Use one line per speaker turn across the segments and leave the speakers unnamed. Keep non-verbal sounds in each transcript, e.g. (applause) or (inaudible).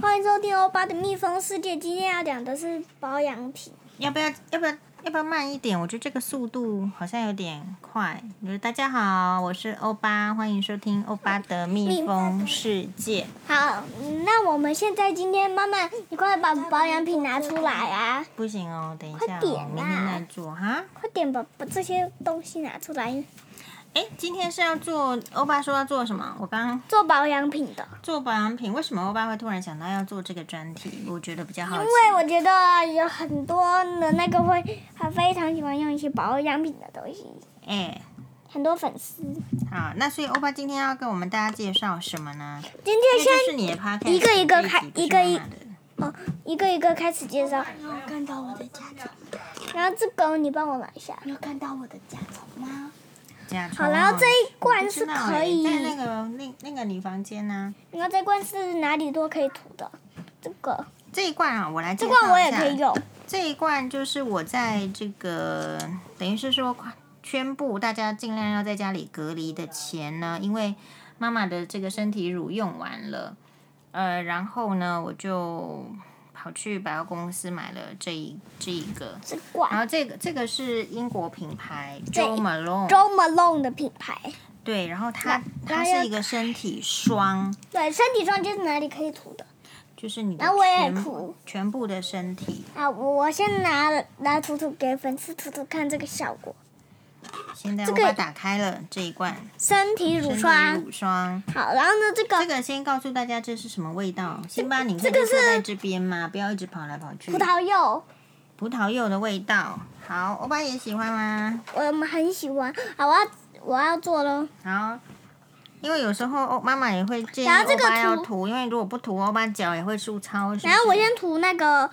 欢迎收听欧巴的蜜蜂世界。今天要讲的是保养品。
要不要？要不要？要不要慢一点？我觉得这个速度好像有点快。就是大家好，我是欧巴，欢迎收听欧巴的蜜蜂世界。
好，那我们现在今天妈妈，你快把保养品拿出来啊！
不行哦，等一下、
快点啊
哦
啦，
明天再做哈。
快点把把这些东西拿出来，
哎，今天是要做欧巴说要做什么？我刚
做保养品的。
做保养品，为什么欧巴会突然想到要做这个专题？我觉得比较好
因
奇。
为我觉得有很多的那个会，他非常喜欢用一些保养品的东西，
哎，
很多粉丝。
好，那所以欧巴今天要跟我们大家介绍什么呢？
今
因
天
为这
先
是你的 p o d
一个一个开一个一
的。
哦，一个一个开始介绍，
你有看到我的甲虫？
然后这个你帮我拿一下。
你有看到我的甲虫吗？
甲虫
好，然后
哦
这一罐
知
是
道
可
欸
以，
在那个那那个你房间呢、
然后这罐是哪里都可以涂的，这个
这一罐啊，我来
这
这
罐我也可以。用，
这一罐就是我在这个等于是说宣布大家尽量要在家里隔离的前呢，因为妈妈的这个身体乳用完了，呃，然后呢我就跑去百货公司买了这一这一个。
这
然
罐
后这个这个是英国品牌
对
Jo Malone，
Jo Malone 的品牌。
对，然后它
然
它
后要
是一个身体霜，
对，身体霜就是哪里可以涂的。
就是你的
然后我也
全
涂
全部的身体。
啊，我我先拿了拿涂涂给粉丝涂涂看这个效果。
现在
这
我
个
把打开了这一罐
身体乳
身体
霜，
乳霜。
好，然后呢，这
这
个
个先告诉大家这是什么味道。辛巴，你
这
可以
个
坐
是
在这边吗？不要一直跑来跑去。
葡萄柚
葡萄柚的味道。好，欧巴也喜欢吗？
我们很喜欢。好，我要我要做喽。
好，因为有时候哦欧妈妈也会建议
然后这
欧
个
巴要
涂
涂，因为如果不涂，欧巴脚也会粗糙。是不是
然后我先涂那个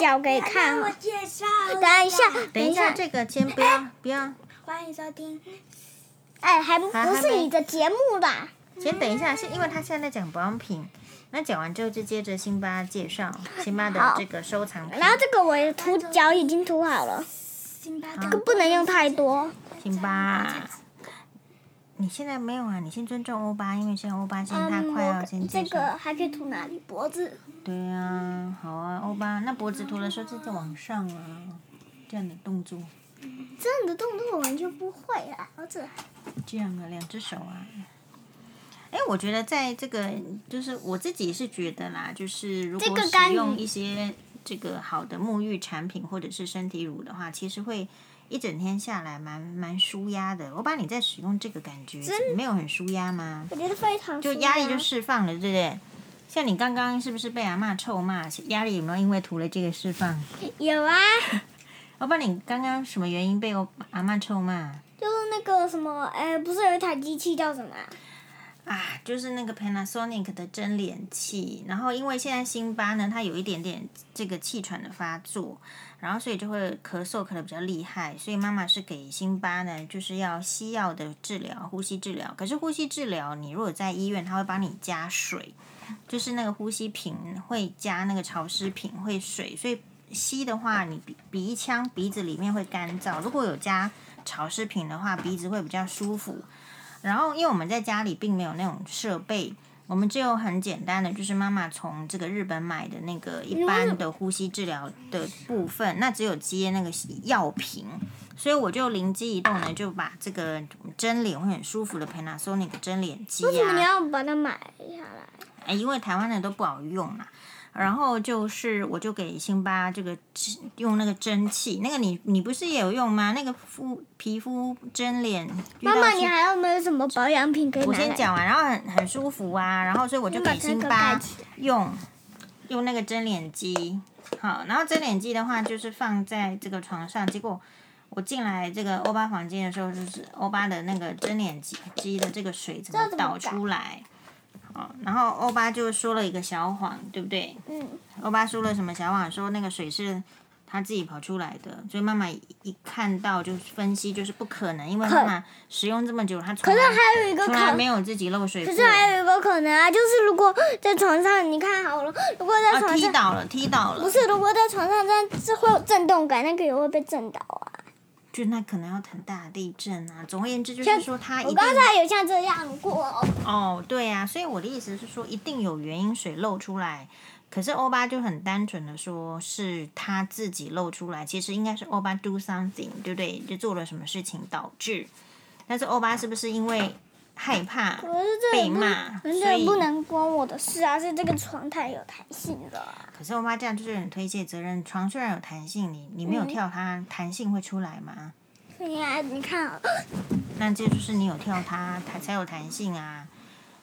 脚给
来让
看
我。介绍。
啊等一下，
等一下，，这个先不要不要，
欢迎收听。
哎，还不
还还
是
没
你的节目啦。
先等一下，是因为他现在在讲保养品。那讲完之后就接着辛巴
(laughs)
介绍辛巴的
好
这个收藏品
然。后这个我也涂脚已经涂好了，
辛巴
这个啊不能用太多。
辛巴，你现在没有啊？你先尊重欧巴，因为现在欧巴现在他快要先
嗯我
接
这
受。
个还可以涂哪里？脖子。
对啊，好啊，欧巴，那脖子涂的时候就在往上啊，这样的动作，
这样的动作我完全不会啊啦，儿子。
这样啊，两只手啊。哎，我觉得在这个就是我自己是觉得啦，就是如
这
果
个干
使
预
用一些这个好的沐浴产品或者是身体乳的话，其实会一整天下来蛮蛮舒压的。欧巴，你在使用这个感觉没有很舒压吗？
我觉得非常啊
就
舒
压力就释放了，对不对？像你刚刚是不是被阿妈臭骂？压力有没有因为涂了这个释放？
有啊，
我把你刚刚什么原因被我阿妈臭骂
就是那个什么，哎，不是有一台机器叫什么啊、
啊？就是那个 Panasonic 的蒸脸器，然后因为现在辛巴呢，它有一点点这个气喘的发作，然后所以就会咳嗽咳的比较厉害，所以妈妈是给辛巴呢，就是要西药的治疗，呼吸治疗。可是呼吸治疗，你如果在医院，他会帮你加水，就是那个呼吸瓶会加那个潮湿瓶会水，所以吸的话，你鼻鼻腔鼻子里面会干燥。如果有加潮湿瓶的话，鼻子会比较舒服。然后，因为我们在家里并没有那种设备，我们只有很简单的，就是妈妈从这个日本买的那个一般的呼吸治疗的部分，那只有接那个药瓶，所以我就灵机一动呢，就把这个蒸脸会很舒服的 Panasonic 蒸脸机啊，
为什么你要把它买下来？
哎，因为台湾的都不好用啦。然后就是，我就给辛巴这个用那个蒸汽，那个你你不是也有用吗？那个肤皮肤蒸脸，遇到
妈妈，
是
你还有没有什么保养品可以拿
我
来？
先讲完，然后很很舒服啊，然后所以我就
你把
给辛
这个
巴
盖起来
用用那个蒸脸机，好，然后蒸脸机的话就是放在这个床上，结果我进来这个欧巴房间的时候，就是欧巴的那个蒸脸机机的这个水怎
这
么
怎么
倒出来？好，然后欧巴就说了一个小谎，对不对？
嗯，
欧巴说了什么小谎？说那个水是他自己跑出来的，所以妈妈一看到就分析，就是不可能，因为
可
妈妈使用这么久，她
可
从
是
来
还有一个
从
可
来没有自己漏水
可
过。
是还有一个可能啊，就是如果在床上，你看好了，如果在
啊，
床
踢
上，
倒了，踢倒了，
不是，如果在床上这样是会有震动感，那个也会被震倒啊。
就那可能要很大的地震啊。总而言之，就
像
是说他一
我
定
刚才有像这样过哦，
哦，对啊，所以我的意思是说，一定有原因水漏出来，可是欧巴就很单纯的说，是他自己露出来，其实应该是欧巴 do something，对不对？就做了什么事情导致。但是欧巴是不是因为害怕
可是这
被
也不，
骂，
可是
所
这也
以
不能关我的事啊，是这个床太有弹性了啊。
可是我妈这样就是很推卸责任，床虽然有弹性，你你没有
嗯
跳它，弹性会出来吗？
对呀、你看啊，
那这就是你有跳它，它才有弹性啊。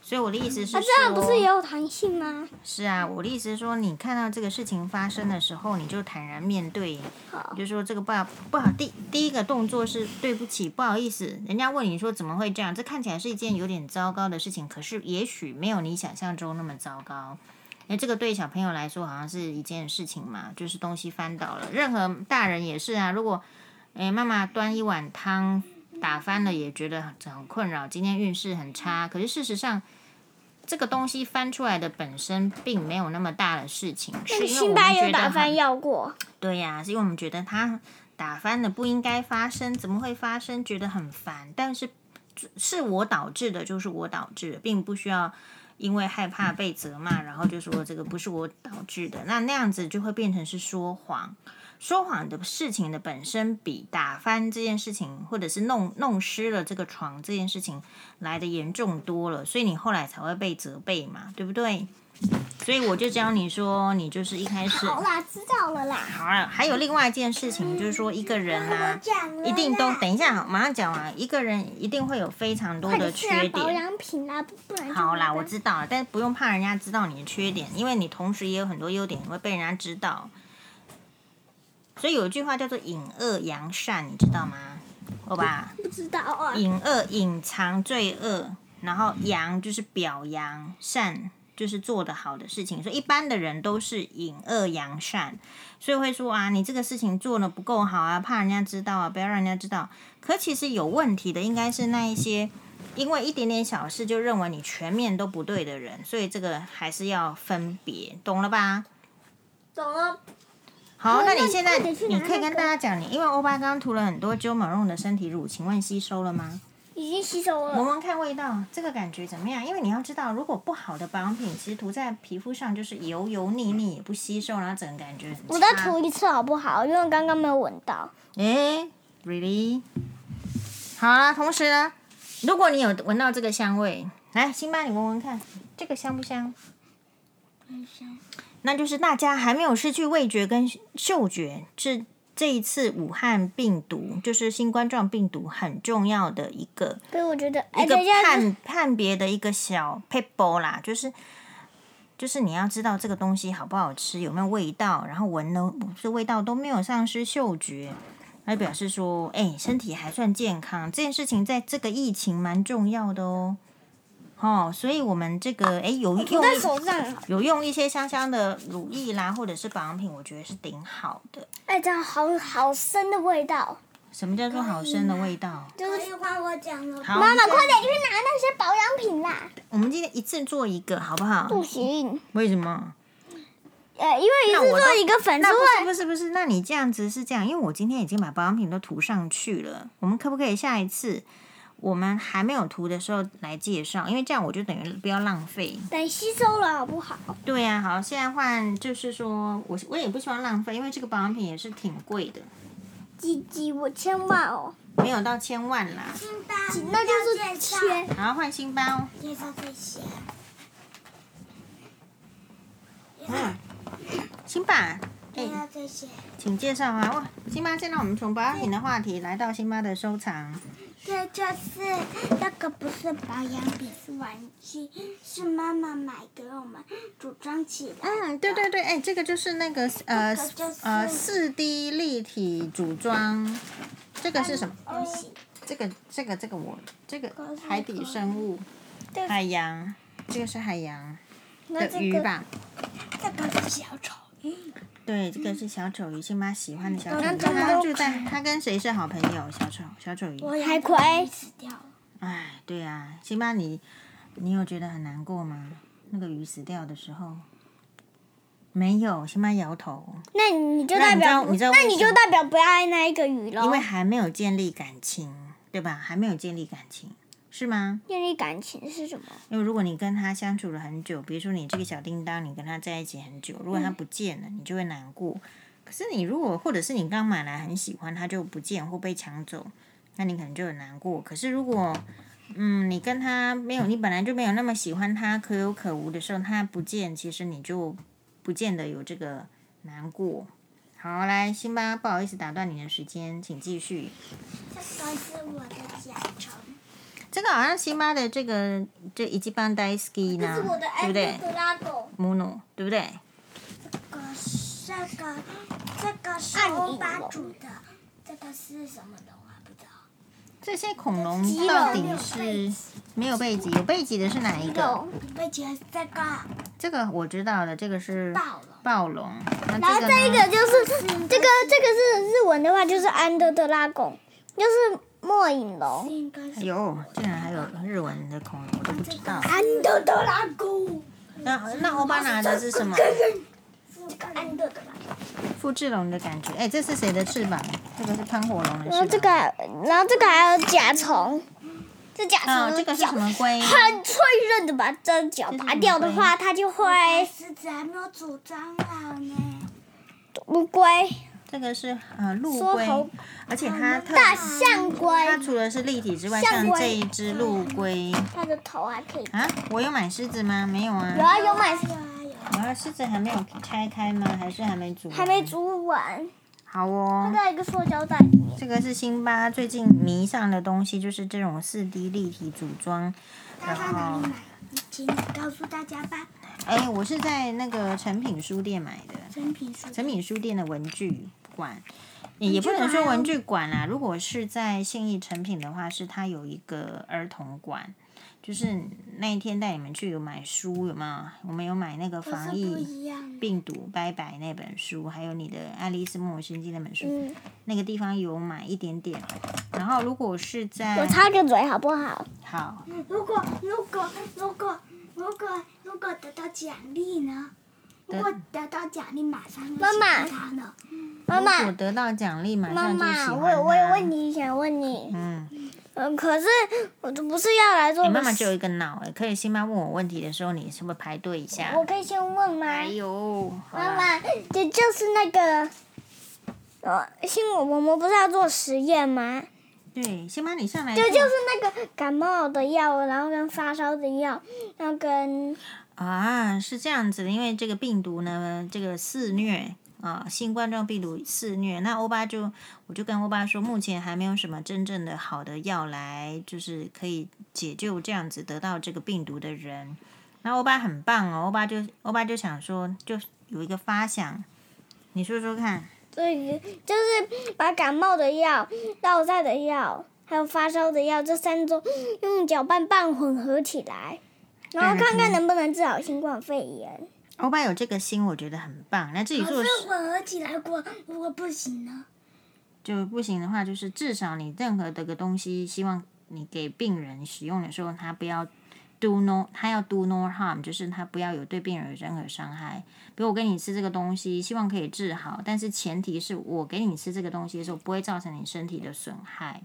所以我的意思是
它
说，
啊这样不是也有弹性吗？
是啊，我的意思是说，你看到这个事情发生的时候，你就坦然面对，
好
你，就说这个不好不好。第第一个动作是对不起，不好意思，人家问你说怎么会这样，这看起来是一件有点糟糕的事情，可是也许没有你想象中那么糟糕。哎，这个对小朋友来说好像是一件事情嘛，就是东西翻倒了。任何大人也是啊，如果哎妈妈端一碗汤打翻了，也觉得很很困扰，今天运势很差。可是事实上，这个东西翻出来的本身并没有那么大的事情，
那
是
个
因为我
辛
们
巴
觉
有
得
打
好
翻药过，
对呀、是因为我们觉得它打翻了不应该发生，怎么会发生？觉得很烦，但是是我导致的，就是我导致的，并不需要因为害怕被责骂，然后就说这个不是我导致的。那那样子就会变成是说谎，说谎的事情的本身比打翻这件事情，或者是弄弄湿了这个床这件事情来的严重多了，所以你后来才会被责备嘛，对不对？所以我就教你说，你就是一开始
好啦，知道了啦。
好了，还有另外一件事情，就是说一个人啊，
讲了
一定都
啦
等一下，马上讲完。一个人一定会有非常多
快
的
点吃啊
缺
保
点。
养品啦、不不然就
好啦，
麻
我
烦
知道了，但是不用怕人家知道你的缺点，因为你同时也有很多优点会被人家知道。所以有一句话叫做“隐恶扬善”，你知道吗？欧巴，
不知道啊，
隐恶隐藏罪恶，然后扬就是表扬，善就是做得好的事情。所以一般的人都是隐恶扬善，所以会说啊，你这个事情做的不够好啊，怕人家知道啊，不要让人家知道。可其实有问题的应该是那一些。因为一点点小事就认为你全面都不对的人，所以这个还是要分别，懂了吧？
懂了。
好，那你
那
现在
快点去拿
你可以
那
跟
个
大家讲，你因为欧巴刚刚涂了很多 Jo Malone 的身体乳，请问吸收了吗？
已经吸收
闻
了，
闻看味道，这个感觉怎么样？因为你要知道，如果不好的保养品，其实涂在皮肤上就是油油腻腻，也不吸收，然后整个感觉很差。
我再涂一次好不好？因为我刚刚没有闻到。
诶 r e a l l y 好啦，同时呢，如果你有闻到这个香味，来，辛巴，你闻闻看，这个香不香？那就是大家还没有失去味觉跟嗅觉，这这一次武汉病毒，就是新冠状病毒很重要的一个
所以我觉得，
一
哎，
个
等一下，
判判别的一个小 p e b l e 啦，就是就是你要知道这个东西好不好吃，有没有味道，然后闻呢，这味道都没有丧失嗅觉，来表示说，哎，身体还算健康。这件事情在这个疫情蛮重要的哦。哦，所以我们这个哎有用
涂在手上，
有用一些香香的乳液啦，或者是保养品，我觉得是顶好的。
哎，这样好好深的味道。
什么叫做好深的味道？
就是换我讲了。
好，
妈妈，快点去拿那些保养品啦！
我们今天一次做一个好不好？
不行，
为什么？
呃，因为一
那
次
我
做
都
一个粉丝
那不是
会，
不是不是，那你这样子是这样，因为我今天已经把保养品都涂上去了，我们可不可以下一次我们还没有涂的时候来介绍？因为这样我就等于不要浪费。
等吸收了好不好？
对呀、好，现在换就是说我我也不希望浪费，因为这个保养品也是挺贵的，
几几我千万哦，
没有到千万啦。
辛巴，
那
要
就是
介绍
千。
然后换新包，
介绍这些。
嗯，新版。哎
介，绍这些，
请介绍啊！哇，辛巴，现在我们从保养品的话题来到辛巴的收藏。
这就是那个不是保养品，是玩具，是妈妈买给我们组装起来。
啊
嗯，对对对，哎，这个就是那个呃
这个就是
呃四 D 立体组装，这个是什么？
东西，
这个这个这个我这个
嗯哦个是
海底生物
对，
海洋，这个是海洋
那
的
这
鱼
个，
吧？
这个是小丑。嗯，
对，这个是小丑鱼，辛巴喜欢的小丑
那
鱼。
这个
它
都
就在它跟谁是好朋友？小丑小丑鱼。
我
海葵
死掉了。
哎，对啊，辛巴你你有觉得很难过吗？那个鱼死掉的时候，没有，辛巴摇头，
那你就代
那你知
表
道
不，
你知道
那
为
你
什
就
么
代表不要爱那一个鱼喽
因为。还没有建立感情，对吧？还没有建立感情，是吗？
建立感情是什么？
因为如果你跟他相处了很久，比如说你这个小叮当，你跟他在一起很久，如果他不见了，你就会难过。可是你如果或者是你刚买来很喜欢，他就不见或被抢走，那你可能就很难过。可是如果嗯，你跟他没有，你本来就没有那么喜欢他，可有可无的时候，他不见，其实你就不见得有这个难过。好，来，辛巴，不好意思打断你的时间，请继续。
这个是我的甲虫，
这个好像辛巴的这个这一级棒带 ski
这
呢
是我的，
对不对
F 格拉狗。
？mono，对不对？
这个是这个这个是
暗影
欧巴
龙
煮的，这个是什么龙啊？不知道。
这些恐龙
棘龙
到底是没有背脊，有背脊的是哪一个？
而且这个
这个我知道的，这个是
暴龙
暴龙。那
然后
这
这
个
一
呢
个就是这个这个是日文的话就是安德德拉贡，就是末影龙。
应该是
有，哎竟然还有日文的恐龙，我都不知道。
安德德拉狗，
那那欧巴拿的是什么？
这个安德德拉狗，
复制龙的感觉。哎，这是谁的翅膀？这个是喷火龙的
然后呃这
翅
个
膀。，
然后这个还有甲虫，这甲
哦，
虫
这
的
个是
脚
什
(laughs)
么龟？
很脆弱的，把这脚拔掉的话，它就会
狮子还没有煮蟑螂呢。
乌龟、
这个是呃陆
缩
龟
头，
而且它特
大象龟，
它除了是立体之外，
象
像
龟
这一只陆龟
它的头还可以。
啊，我有买狮子吗？没有
有
啊。
啊，有买，
有啊有啊，
啊，狮子还没有拆开吗？还是还没煮？
还没。煮完，
好
它
哦。
在一个塑胶袋里面。
这个是辛巴最近迷上的东西，就是这种四 D 立体组装。
大家哪里买？请你告诉大家吧。
哎，我是在那个诚品书店买的。
成品书
诚品书店的文具馆，也也不能说文具馆啦。如果是在信义诚品的话，是它有一个儿童馆，就是那一天带你们去有买书，有没有？我们有买那个
可是
防
不
疫
一样，
病毒拜拜那本书，还有你的《爱丽丝梦游仙境》那本书，
嗯，
那个地方有买一点点。然后如果是
我
在
插个嘴好不好？
好，
如果如果如果如果如果得到奖励呢？
得
如果得到奖励，马上就
妈妈
喜欢它呢。
妈妈，
我得到奖励，马
妈
上就喜
妈，
欢
我有我有
它
问题想问你，
嗯，
嗯，可是我这不是要来做
你
个
妈妈只有一个脑哎，可以辛巴问我问题的时候，你是不是排队一下？
我可以先问吗？
哎呦，好
妈
啦
妈，这就是那个，呃，新我我们不是要做实验吗？
对，先把你上来
这
看。
就是那个感冒的药，然后跟发烧的药，然后跟
啊，是这样子的，因为这个病毒呢，这个肆虐啊，新冠状病毒肆虐。那欧巴就，我就跟欧巴说，目前还没有什么真正的好的药来，就是可以解救这样子得到这个病毒的人。那欧巴很棒哦，欧巴就欧巴就想说，就有一个发想，你说说看。
这个，就是把感冒的药、落晒的药，还有发烧的药这三种用搅拌棒混合起来，然后看看能不能治好新冠肺炎。
欧巴有这个心，我觉得很棒。那自己做
可
实
是混合起来过，如果不行呢？
就不行的话，就是至少你任何的个东西，希望你给病人使用的时候，他不要 do no，他要 do no harm，就是他不要有对病人有任何伤害。比如我给你吃这个东西，希望可以治好，但是前提是我给你吃这个东西的时候，不会造成你身体的损害，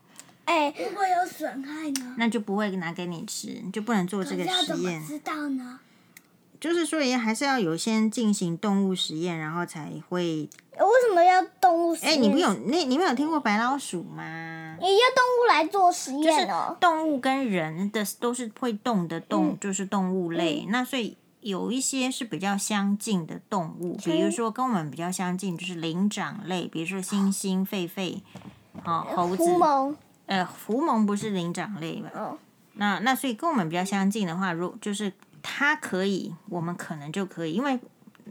哎，
如果有损害呢？
那就不会拿给你吃，你就不能做这
可
个
是要
实
怎么
验。
知道呢？
就是说，也还是要有先进行动物实验，然后才会。
为什么要动物实
哎，
验？
你们有那你们有听过白老鼠吗？
也要动物来做实
就是
验哦？
动物跟人的都是会动的
嗯
动，就是动物类。那所以有一些是比较相近的动物，
嗯
比如说跟我们比较相近就是灵长类，比如说猩猩、狒狒，哦，猴子
呃狐，獴，
呃，狐獴不是灵长类吧？
哦，
那那所以跟我们比较相近的话，如就是它可以，我们可能就可以，因为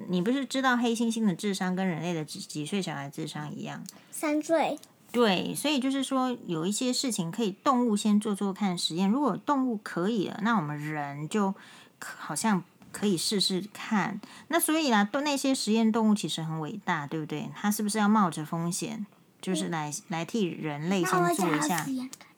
你不是知道黑猩猩的智商跟人类的几几岁小孩智商一样。
三岁。
对，所以就是说，有一些事情可以动物先做做看实验。如果动物可以了，那我们人就可好像可以试试看。那所以啦，动那些实验动物其实很伟大，对不对？它是不是要冒着风险，就是来、来替人类
那我
先
想
做一
要
下
实？验看。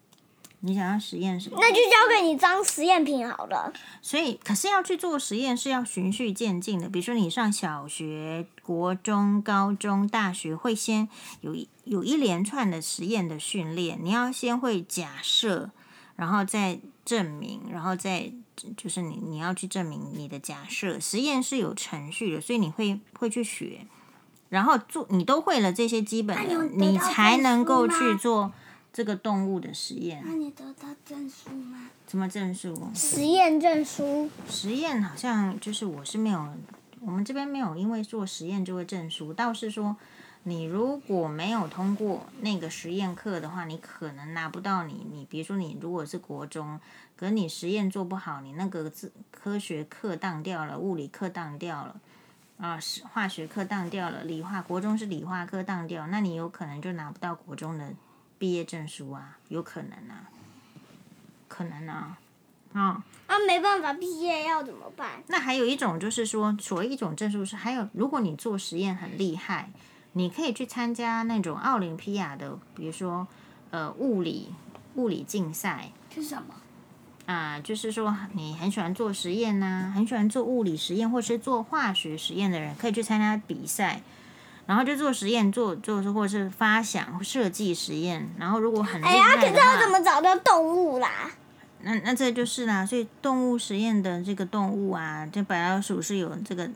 你想要实验什么？
那就交给你当实验品好了。
所以，可是要去做实验是要循序渐进的。比如说，你上小学、国中、高中、大学，会先有一有一连串的实验的训练。你要先会假设，然后再证明，然后再就是你你要去证明你的假设。实验是有程序的，所以你会会去学，然后做你都会了这些基本
那
的，
你有得到
你才能够
证书
去
吗
做这个动物的实验
那。你得到证书吗？
什么证书？
实验证书，
实验好像就是我是没有，我们这边没有因为做实验就会证书，倒是说你如果没有通过那个实验课的话，你可能拿不到你你比如说你如果是国中，可是你实验做不好，你那个自科学课当掉了，物理课当掉了。啊，是化学课当掉了，理化国中是理化课当掉，那你有可能就拿不到国中的毕业证书啊，有可能啊，可能啊，啊、
啊，没办法，毕业要怎么办？
那还有一种就是说，所谓一种证书是，还有如果你做实验很厉害，你可以去参加那种奥林匹亚的，比如说呃物理物理竞赛
是什么？
啊、就是说你很喜欢做实验呐、很喜欢做物理实验或是做化学实验的人，可以去参加比赛。然后就做实验，做做或是发想设计实验。然后如果很厉
哎
害的
呀，
话，
可是要怎么找到动物啦？
那那这就是啦，所以动物实验的这个动物啊，这白老鼠是有这个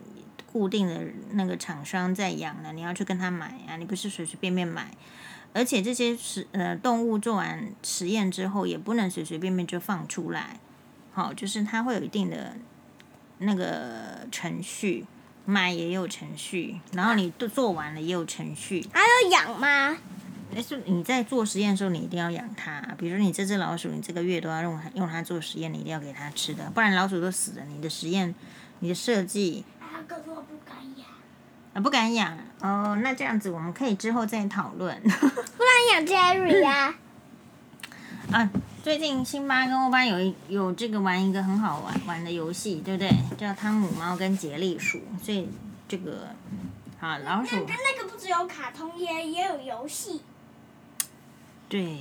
固定的那个厂商在养的，你要去跟他买啊，你不是随随便便买。而且这些实呃动物做完实验之后，也不能随随便便就放出来，好，就是它会有一定的那个程序，买也有程序，然后你都做完了也有程序，
还要养吗？
但是你在做实验的时候，你一定要养它。啊比如说，你这只老鼠，你这个月都要用它用它做实验，你一定要给它吃的，不然老鼠都死了，你的实验、你的设计
啊，可是我不敢养。
啊不敢养哦。那这样子，我们可以之后再讨论 (laughs)
不然养 Jerry 呀、
啊。最近辛巴跟欧巴有一有这个玩一个很好玩玩的游戏，对不对？叫汤姆猫跟杰利鼠，所以这个啊老鼠
那个不只有卡通，也也有游戏。
对，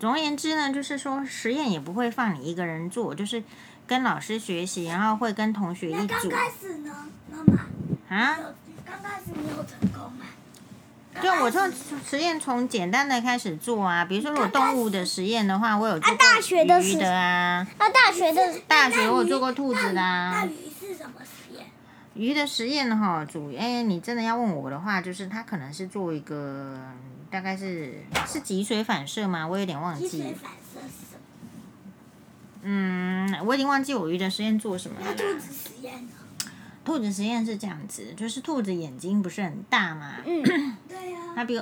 总而言之呢，就是说实验也不会放你一个人做，就是跟老师学习，然后会跟同学
那
一
刚
组
开始呢，妈妈？
啊。
有刚开始你有成功吗？
对，啊我从实验从简单的开始做啊，比如说如果动物的实验的话，我有做过
啊大学的
鱼
实
的啊，
啊，大学的
大学我有做过兔子的
那
啊。
鱼是什么实验？
鱼的实验哈，主哎，你真的要问我的话，就是它可能是做一个大概是是脊髓反射吗？我有点忘
脊髓
记，
反射是什么？
嗯，我已经忘记我鱼的实验做什么了
那
啦。
兔子实验呢？
兔子实验是这样子，就是兔子眼睛不是很大嘛，
嗯
对啊呀、
它比，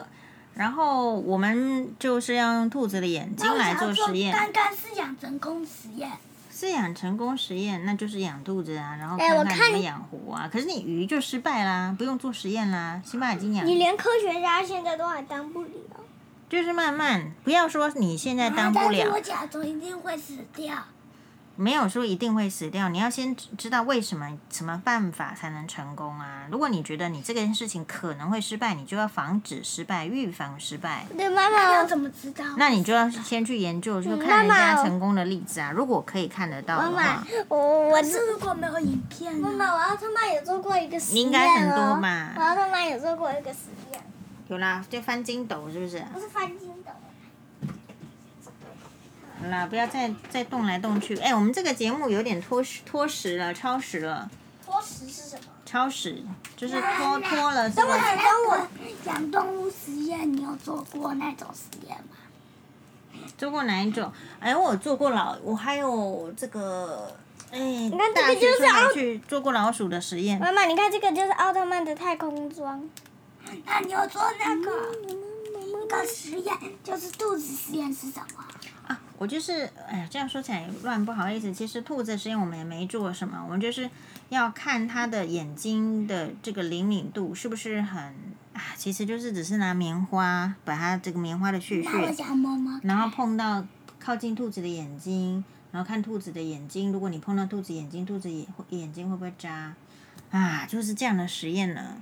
然后我们就是要用兔子的眼睛
那我
来
想要
做实验。
刚刚是养成功实验，
饲养成功实验，那就是养兔子啊，然后
哎
看
我
看
看
怎么养活啊。可是你鱼就失败啦，不用做实验啦。辛巴已经养，
你连科学家现在都还当不了。
就是慢慢，不要说你现在当不
啊但是
了
我，假装一定会死掉。
没有说一定会死掉。你要先知道为什么，什么办法才能成功啊？如果你觉得你这件事情可能会失败，你就要防止失败，预防失败。
对，妈
那
妈
要，怎么知道？
那你就要先去研究，就
嗯
看
妈
人
妈
家
哦
成功的例子啊。如果可以看得到
妈
的
妈
话，，
我我
可是如果没有影片
妈
呢？
妈，我要他妈也做过一个实
你
验、哦、
应该很多吧
我要他妈也做过一个实验，
有啦，就翻筋斗是不是？
不是翻筋斗。
好啦，不要再再动来动去。哎，我们这个节目有点脱时脱时了，超时了，
脱食是什么？
超时就是拖拖了这
那
个。
那哎我养动物实验，你有做过那种实验吗？
做过哪一种？哎，我有做过老，我还有这个，哎，你
看这个就是奥
去做过老鼠的实验。
妈妈，你看这个就是奥特曼的太空装。
那啊你有做那个
嗯
一个实验，就是兔子实验是什么？
啊，我就是，哎呀，这样说起来乱，不好意思。其实兔子实验我们也没做什么，我们就是要看它的眼睛的这个灵敏度是不是很啊，其实就是只是拿棉花把它这个棉花的屑屑。
那我想摸摸。
然后碰到靠近兔子的眼睛，然后看兔子的眼睛。如果你碰到兔子眼睛，兔子眼眼睛会不会眨？啊，就是这样的实验呢。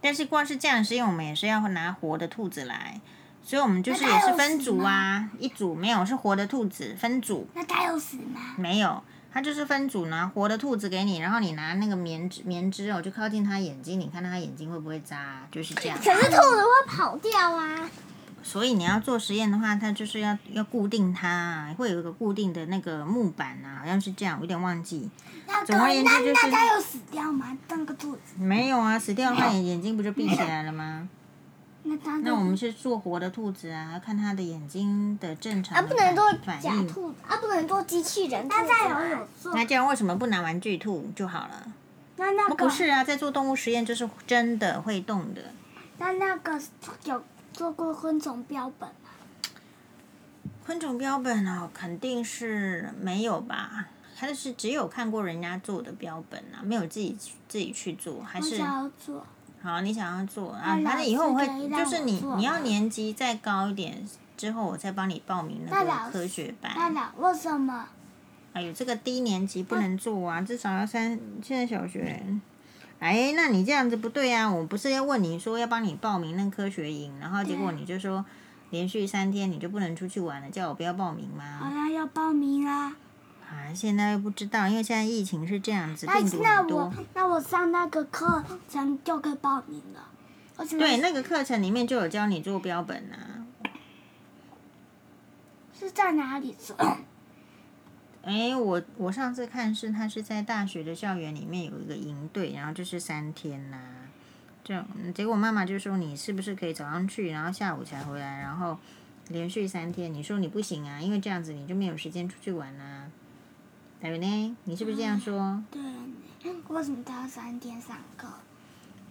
但是光是这样的实验，我们也是要拿活的兔子来，所以我们就是
那
也
它
是
有
分
死
组啊，一组没有是活的兔子分组，
那它有死吗？
没有，它就是分组拿活的兔子给你，然后你拿那个棉织棉织哦，就靠近它眼睛，你看它眼睛会不会眨，就是这样。
可是兔子会跑掉啊！
所以你要做实验的话，它就是要要固定它啊，会有一个固定的那个木板啊，好像是这样，我有点忘记。
那个
总而言之就是
那那它有死掉吗？那个兔子，
没有啊，死掉的话眼眼睛不就闭起来了吗？
那它
那我们是做活的兔子啊，要看它的眼睛的正常
啊，
的
不能做
反
假
应。
兔子，啊，不能做机器人兔
它
子
在
啊。
游泳做，
那这样为什么不拿玩具兔就好了？
那那
那
个
不是啊，在做动物实验就是真的会动的。
那那个有做过昆虫标本吗？
昆虫标本哦，肯定是没有吧？还是只有看过人家做的标本啊，没有自己去自己去做，还
我
是
想要做，
好你想要做啊？
那
反正以
老师
后我会
可以，让
就是
我
你
做
你要
吗
年级再高一点之后，我再帮你报名
那
那
老
个科
师
学
那
班。
老为什么？
哎呦，这个低年级不能做啊，至少要三，现在小学。哎，那你这样子不对啊！我不是要问你说要帮你报名那科学营，然后结果
对啊
你就说连续三天你就不能出去玩了，叫我不要报名吗？
好像要报名啦。
啊，现在又不知道，因为现在疫情是这样子，
那
病毒
啊那
很
我
多。
那我上那个课程就可以报名了。为什么
对，那个课程里面就有教你做标本啊。
是在哪里做？ (coughs)
诶，哎我我上次看是他是在大学的校园里面有一个营队，然后就是三天呐、这样，嗯结果妈妈就说你是不是可以早上去，然后下午才回来，然后连续三天？你说你不行啊，因为这样子你就没有时间出去玩啊。还有呢，你是不是这样说？
对，为什么他要三天上课？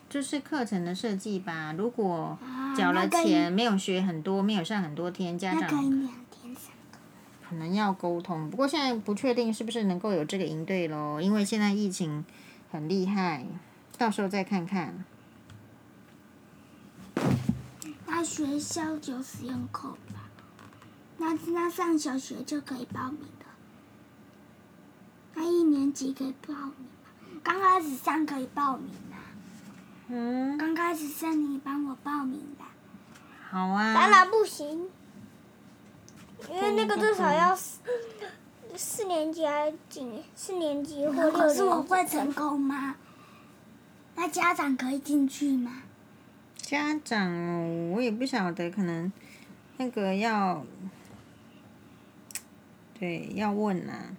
就是课程的设计吧。如果
啊
缴了
那跟
钱，没有学很多，没有上很多天，家
那可以
长
两天上课。
可能要沟通。不过现在不确定是不是能够有这个营队喽，因为现在疫情很厉害，到时候再看看。
那学校有使用课吧？那那上小学就可以报名的，那一年级可以报名吗？刚开始上可以报名啊，
嗯，
刚开始上你帮我报名啦。
好啊。
当然不行，因为那个至少要四四年级还是几年？四年级或六年
可
级。
是我会成功吗？那家长可以进去吗？
家长哦，我也不晓得，可能那个要，对，要问啊呐、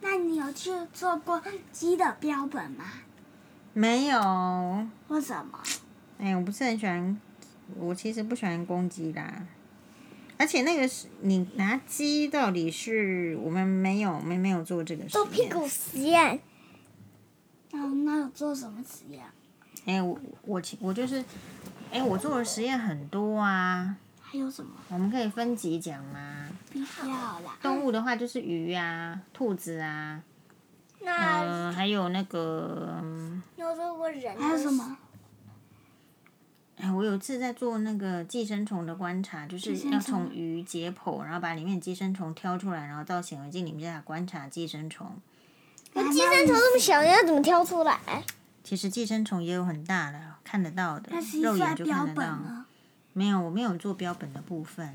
那你有去做过鸡的标本吗？
没有，
为什么？
哎，我不是很喜欢，我其实不喜欢公鸡啦。而且那个是你拿鸡，到底是我们没有，我们没有做这个实
做屁
验。
股实验，
那那有做什么实验？
哎，我我其我就是，哎，我做的实验很多啊，
还有什么？
我们可以分级讲啊。
不要啦。
动物的话就是鱼啊、兔子啊，
那
嗯、还有那个，嗯
你有做过人？
还有什？么？
哎，我有一次在做那个寄生虫的观察，就是
寄生
要
虫
从鱼解剖，然后把里面寄生虫挑出来，然后到显微镜里面观察寄生虫。
那寄生虫这么小，你要怎么挑出来？
其实寄生虫也有很大的，看得到的
那是，一
肉眼
块
就
标
看
本
得到。
呢？
没有，我没有做标本的部分，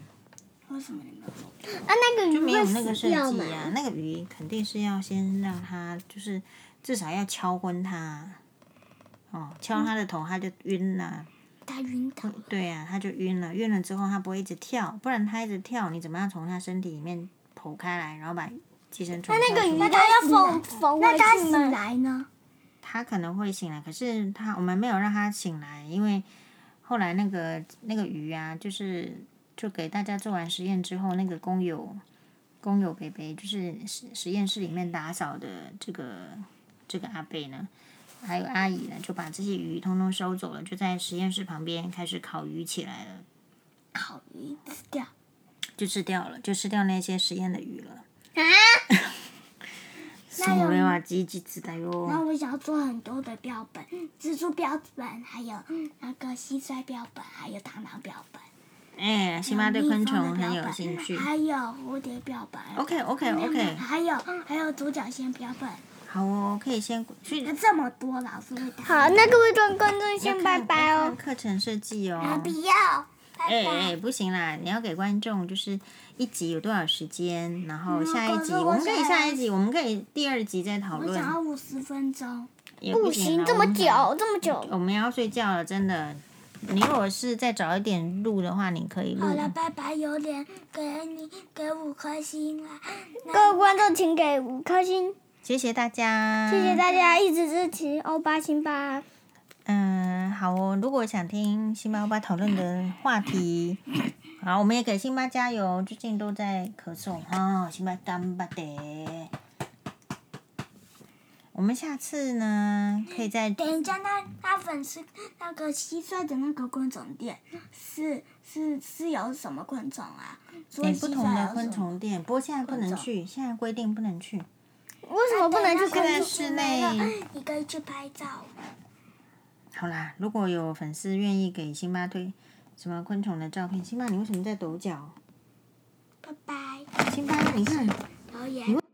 为什么你没有做？
啊，那个鱼
就没有那个
会
设
死掉
计
吗？
啊。那个鱼肯定是要先让它，就是至少要敲昏它，哦，
嗯
敲它的头，它就晕了。
它晕倒了。
对呀、啊，它就晕了，晕了之后它不会一直跳，不然它一直跳，你怎么样从它身体里面剖开来，然后把寄生虫？
那个鱼，
那
它
它
要
死
缝缝
了那
回
它
去
醒
吗？
来呢？
他可能会醒来，可是他我们没有让他醒来，因为后来那个那个鱼啊，就是就给大家做完实验之后，那个工友工友北北就是实实验室里面打扫的这个这个阿贝呢，还有阿姨呢，就把这些鱼通通收走了，就在实验室旁边开始烤鱼起来了，
烤鱼吃掉。
就吃掉了，就吃掉那些实验的鱼了。
啊
(laughs)
那
我没有
有。
啊，叽叽子的
那
哟。
我想要做很多的标本，蜘蛛标本，还有那个蟋蟀标本，还有螳螂标本，
哎，辛巴对
蜜蜂
昆
的
虫很
标
有
本
兴趣。
还有蝴蝶标本。
OK OK
还有
OK，
还有还有独角仙标本，
好哦，可以先去
那这么多老师会打。
好，那各位观众
要
先
看
拜拜
要
哦
看。课程设计
啊
哦。
不要。拜
哎
拜。
哎，不行啦！你要给观众就是一集有多少时间，然后
嗯
下一
可
集
是
我
我
们可以
想
下
要
一集，我们可以第二集再讨
我想要
论。
五十分钟，
也
不
行
行，
啦
这
我
么
们
久
可能，
这么久。
我们要睡觉了，真的。你如果是再早一点录的话，你可以录
好。了，拜拜，有点给你给五颗星啊啦。
各位观众，请给五颗星，
谢谢大家，
谢谢大家一直支持哦欧巴辛巴。
嗯，好哦。如果想听辛巴欧巴讨论的话题，好，我们也给辛巴加油。最近都在咳嗽啊、辛巴干巴得。我们下次呢，可以再
等一下，那那粉丝那个蟋蟀的那个昆虫店是是是有什么昆虫啊？除了
哎
蟋
不
蟀
同
还有
的
什
昆
么
虫店，不过现在不能
昆虫
去，现在规定不能去。
为什么不能去
现
昆
在
虫？
室内，
你可以去拍照。
好啦，如果有粉丝愿意给辛巴推什么昆虫的照片，辛巴你为什么在抖脚？
拜拜，
辛巴，你看。
留言。